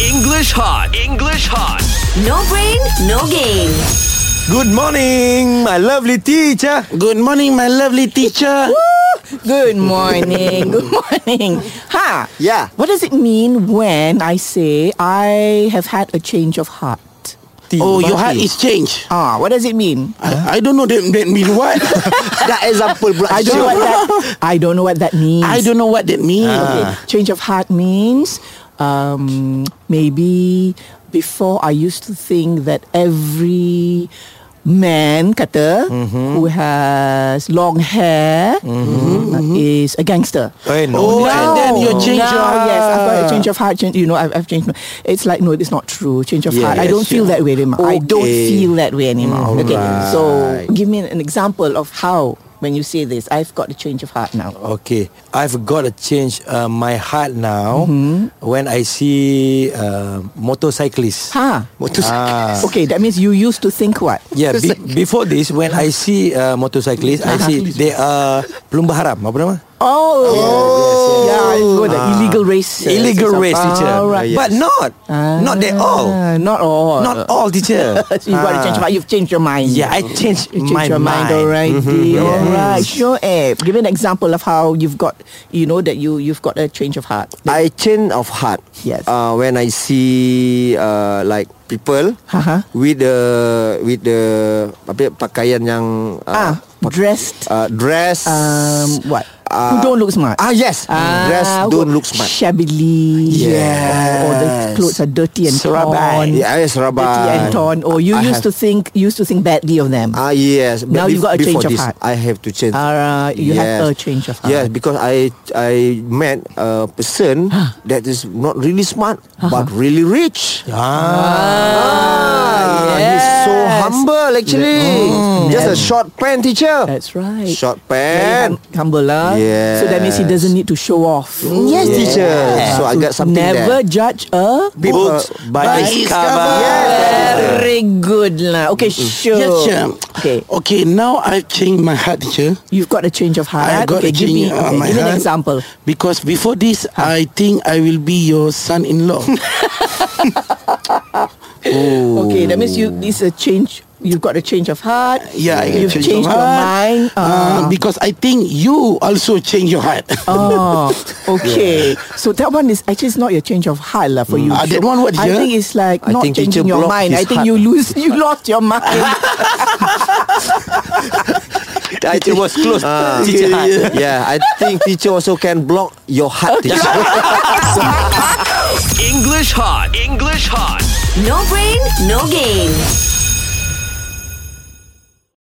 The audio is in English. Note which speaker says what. Speaker 1: English hot. English hot.
Speaker 2: No brain, no game.
Speaker 3: Good morning, my lovely teacher.
Speaker 4: Good morning, my lovely teacher.
Speaker 5: Good morning. Good morning. Ha.
Speaker 4: Yeah.
Speaker 5: What does it mean when I say I have had a change of heart?
Speaker 4: Oh, your heart is changed.
Speaker 5: Ah, what does it mean?
Speaker 4: I, I don't know that, that mean what. that example, bro.
Speaker 5: I don't know what that. I don't know what that means.
Speaker 4: I don't know what that mean.
Speaker 5: Okay. Change of heart means um, maybe before I used to think that every man kata
Speaker 4: Mm-hmm.
Speaker 5: who has long hair
Speaker 4: Mm-hmm.
Speaker 5: uh, is a gangster.
Speaker 3: Hey,
Speaker 4: Oh,
Speaker 3: no.
Speaker 4: and then you change
Speaker 5: now,
Speaker 4: your
Speaker 5: Yes, I've got a
Speaker 4: heart.
Speaker 5: change of heart. Change, you know, I've, I've changed. My, it's like no, it's not true. Change of heart. I
Speaker 4: Yes,
Speaker 5: don't feel
Speaker 4: yeah.
Speaker 5: that way anymore. I don't
Speaker 4: Okay.
Speaker 5: feel that way anymore. okay,
Speaker 4: Alright.
Speaker 5: so give me an example of how when you say this, I've got a change of heart now.
Speaker 4: Oh.
Speaker 3: Okay, I've got to change uh, my heart now
Speaker 4: Mm-hmm.
Speaker 3: when I see uh, motorcyclists.
Speaker 5: Ha.
Speaker 3: Ah.
Speaker 5: Okay, that means you used to think what?
Speaker 3: Yeah, be, before this, when I see uh, motorcyclists, I see they are pelumba haram. Apa nama?
Speaker 5: Oh,
Speaker 4: Oh.
Speaker 5: yeah, you know,
Speaker 4: Ah.
Speaker 5: the illegal race,
Speaker 3: Illegal race, teacher. But not, not they
Speaker 4: Ah.
Speaker 3: all.
Speaker 5: not all.
Speaker 3: Not all, teacher.
Speaker 5: You've got to change, but you've changed your mind.
Speaker 3: Yeah, I changed
Speaker 5: You changed
Speaker 3: my
Speaker 5: your mind,
Speaker 3: mind.
Speaker 5: already.
Speaker 6: Mm-hmm,
Speaker 3: Mhm.
Speaker 5: All
Speaker 3: Yes.
Speaker 5: right, sure. Eh, give me an example of how you've got, you know, that you you've got a change of heart.
Speaker 6: I change of heart.
Speaker 5: Yes.
Speaker 6: Uh, when I see uh, like people
Speaker 5: Haha.
Speaker 6: with the with the apa pakaian yang uh,
Speaker 5: ah, dressed.
Speaker 6: uh, dress
Speaker 5: Um, what?
Speaker 6: Ah.
Speaker 5: Who don't look smart?
Speaker 6: ah yes dress
Speaker 5: Ah,
Speaker 6: don't
Speaker 5: who-
Speaker 6: look smart.
Speaker 5: Shabbily.
Speaker 6: Yes.
Speaker 5: Or Oh, the clothes are dirty and torn.
Speaker 6: Yeah, yes, rabai.
Speaker 5: Dirty and torn. Or you
Speaker 6: I
Speaker 5: used to
Speaker 6: have-
Speaker 5: think used to think badly of them.
Speaker 6: Ah yes. But
Speaker 5: Now you
Speaker 6: bef-
Speaker 5: got a change
Speaker 6: before this,
Speaker 5: of heart.
Speaker 6: I have to change.
Speaker 5: Ah, you have a change of heart.
Speaker 6: Yes, because I I met a person that is not really smart
Speaker 5: Uh-huh.
Speaker 6: but really rich. Ah, he's so
Speaker 5: Ah. yes. Mm.
Speaker 6: humble actually. Just a short pen teacher.
Speaker 5: That's right.
Speaker 6: Short
Speaker 5: Very
Speaker 6: pen.
Speaker 5: hum- humble lah. So that means he
Speaker 6: Yes.
Speaker 5: doesn't need to show off.
Speaker 6: Yes, teacher. So I got something
Speaker 5: Never
Speaker 6: there.
Speaker 5: judge a
Speaker 6: People-
Speaker 3: Books by
Speaker 6: by
Speaker 3: its
Speaker 6: its
Speaker 3: cover.
Speaker 6: cover. Yes. Mm.
Speaker 5: Very good lah. Okay, sure.
Speaker 4: Yes, sir.
Speaker 5: Okay.
Speaker 4: Okay, now I've changed my heart, teacher.
Speaker 5: You've got a change of heart.
Speaker 4: I got a
Speaker 5: okay,
Speaker 4: change
Speaker 5: give me,
Speaker 4: of
Speaker 5: okay,
Speaker 4: my
Speaker 5: give me an
Speaker 4: heart.
Speaker 5: example.
Speaker 4: Because before this,
Speaker 5: Ah.
Speaker 4: I think I will be your son-in-law.
Speaker 5: Okay, that means you this a change. You've got a change of heart.
Speaker 4: yeah, I
Speaker 5: you've
Speaker 4: change
Speaker 5: changed
Speaker 4: your
Speaker 5: your
Speaker 4: heart.
Speaker 5: mind.
Speaker 4: Uh,
Speaker 5: Ah.
Speaker 4: because I think you also change your heart.
Speaker 5: Oh, okay. So that one is actually it's not your change of heart lah for
Speaker 6: Mm.
Speaker 5: you.
Speaker 4: Ah, that
Speaker 5: So
Speaker 4: one what,
Speaker 5: I
Speaker 4: yeah?
Speaker 5: think it's like
Speaker 6: I
Speaker 5: not
Speaker 6: think
Speaker 5: changing
Speaker 6: teacher
Speaker 5: your
Speaker 6: blocked
Speaker 5: mind.
Speaker 6: his
Speaker 5: I think
Speaker 6: heart.
Speaker 5: you lose, you lost your mind.
Speaker 3: It was close.
Speaker 6: Ah,
Speaker 3: teacher heart.
Speaker 6: yeah, I think teacher also can block your heart, teacher.
Speaker 1: English hot. English hot.
Speaker 2: No brain, no game.